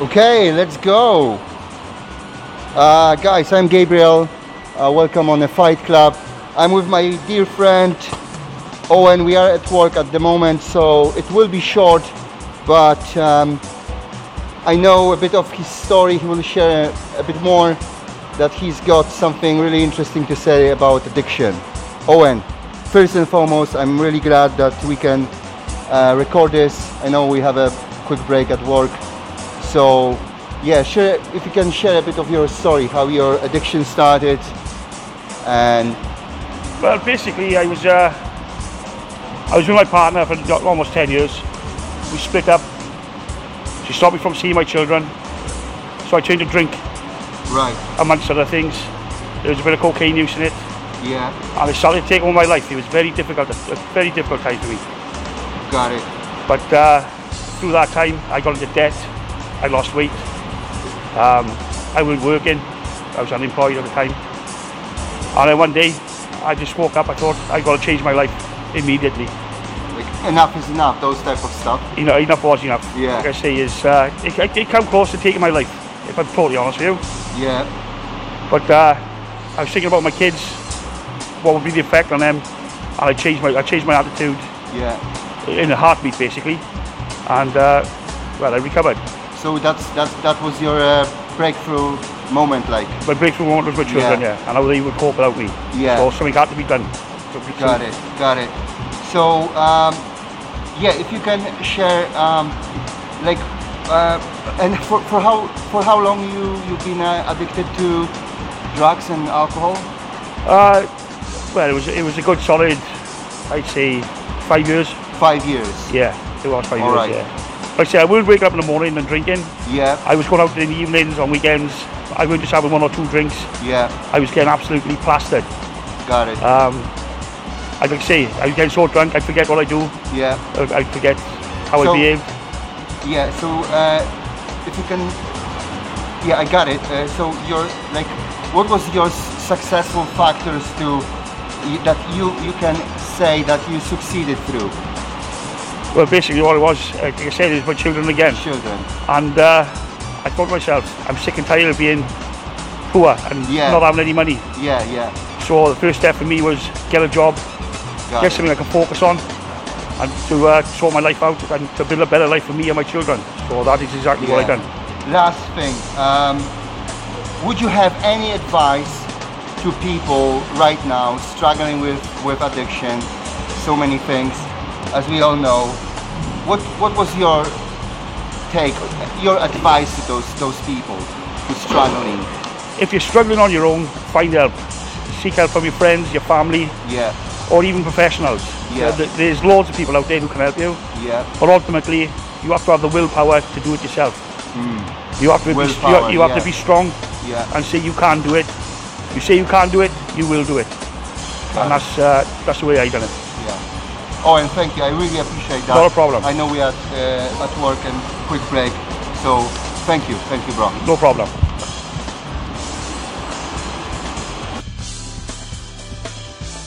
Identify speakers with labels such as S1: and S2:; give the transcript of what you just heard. S1: Okay, let's go. Uh, guys, I'm Gabriel. Uh, welcome on the Fight Club. I'm with my dear friend Owen. We are at work at the moment, so it will be short, but um, I know a bit of his story. He will share a bit more that he's got something really interesting to say about addiction. Owen, first and foremost, I'm really glad that we can uh, record this. I know we have a quick break at work, so yeah, share if you can share a bit of your story, how your addiction started, and
S2: Well, basically, I was uh, I was with my partner for do- almost ten years. We split up. She stopped me from seeing my children, so I turned to drink
S1: right,
S2: amongst other things. There was a bit of cocaine use in it,
S1: yeah,
S2: and it started to take over my life. It was very difficult, a very difficult time for me.
S1: got it,
S2: But uh, through that time, I got into debt. I lost weight. Um, I was working. I was unemployed at the time. And then one day, I just woke up. I thought I got to change my life immediately.
S1: like enough is enough, those type of stuff.
S2: You know, enough was enough.
S1: Yeah.
S2: Like I say, is uh, it, it, it come close to taking my life. If I'm totally honest with you.
S1: Yeah,
S2: But uh, I was thinking about my kids. What would be the effect on them? And I changed my I changed my attitude
S1: yeah.
S2: in a heartbeat, basically. And uh, well, I recovered.
S1: So that's that's that was your uh, breakthrough moment, like
S2: my breakthrough moment was my children,
S1: Yeah.
S2: yeah. and how they would cope without me.
S1: Yeah.
S2: So something had to be done. So we-
S1: got it, got it. So um, yeah, if you can share um, like. Uh, and for, for how for how long you you've been uh, addicted to drugs and alcohol?
S2: Uh, well, it was it was a good solid, I'd say, five years.
S1: Five years.
S2: Yeah, it was five
S1: All
S2: years.
S1: right.
S2: Yeah. Like I say, I would wake up in the morning and drinking.
S1: Yeah,
S2: I was going out in the evenings on weekends. I would just having one or two drinks.
S1: yeah,
S2: I was getting absolutely plastered.
S1: got it.
S2: Um, I like I say, I was getting so drunk, I forget what I do.
S1: yeah,
S2: I I forget how
S1: So-
S2: I behave.
S1: yeah. So uh, if you can, yeah, I got it. Uh, so your like, what was your s- successful factors to y- that you you can say that you succeeded through
S2: Well, basically, what it was, uh, like I said, is my children again.
S1: children?
S2: and uh, I thought to myself, I'm sick and tired of being poor and
S1: Yeah.
S2: not having any money.
S1: Yeah, yeah.
S2: So the first step for me was get a job,
S1: Got
S2: get
S1: it.
S2: something I can focus on, and to uh, sort my life out and to build a better life for me and my children. So that is exactly what I
S1: Yeah.
S2: done.
S1: Last thing, um, would you have any advice to people right now struggling with, with addiction? So many things, as we all know. What what was your take, your advice to those those people who struggling?
S2: If you're struggling on your own, find help. Seek help from your friends, your family,
S1: Yeah,
S2: or even professionals.
S1: Yeah.
S2: There- There's loads of people out there who can help you,
S1: yeah,
S2: but ultimately you have to have the willpower to do it yourself. You have to be,
S1: Hmm.
S2: you
S1: Willpower,
S2: have, you have
S1: yeah.
S2: to be strong.
S1: yeah.
S2: and say you can't do it. You say you can't do it, you will do it. And that's uh, that's the way I done it.
S1: Yeah. Oh, and thank you. I really appreciate that.
S2: Not a problem.
S1: I know we are uh, at work and quick break, so thank you, thank you, bro.
S2: No problem.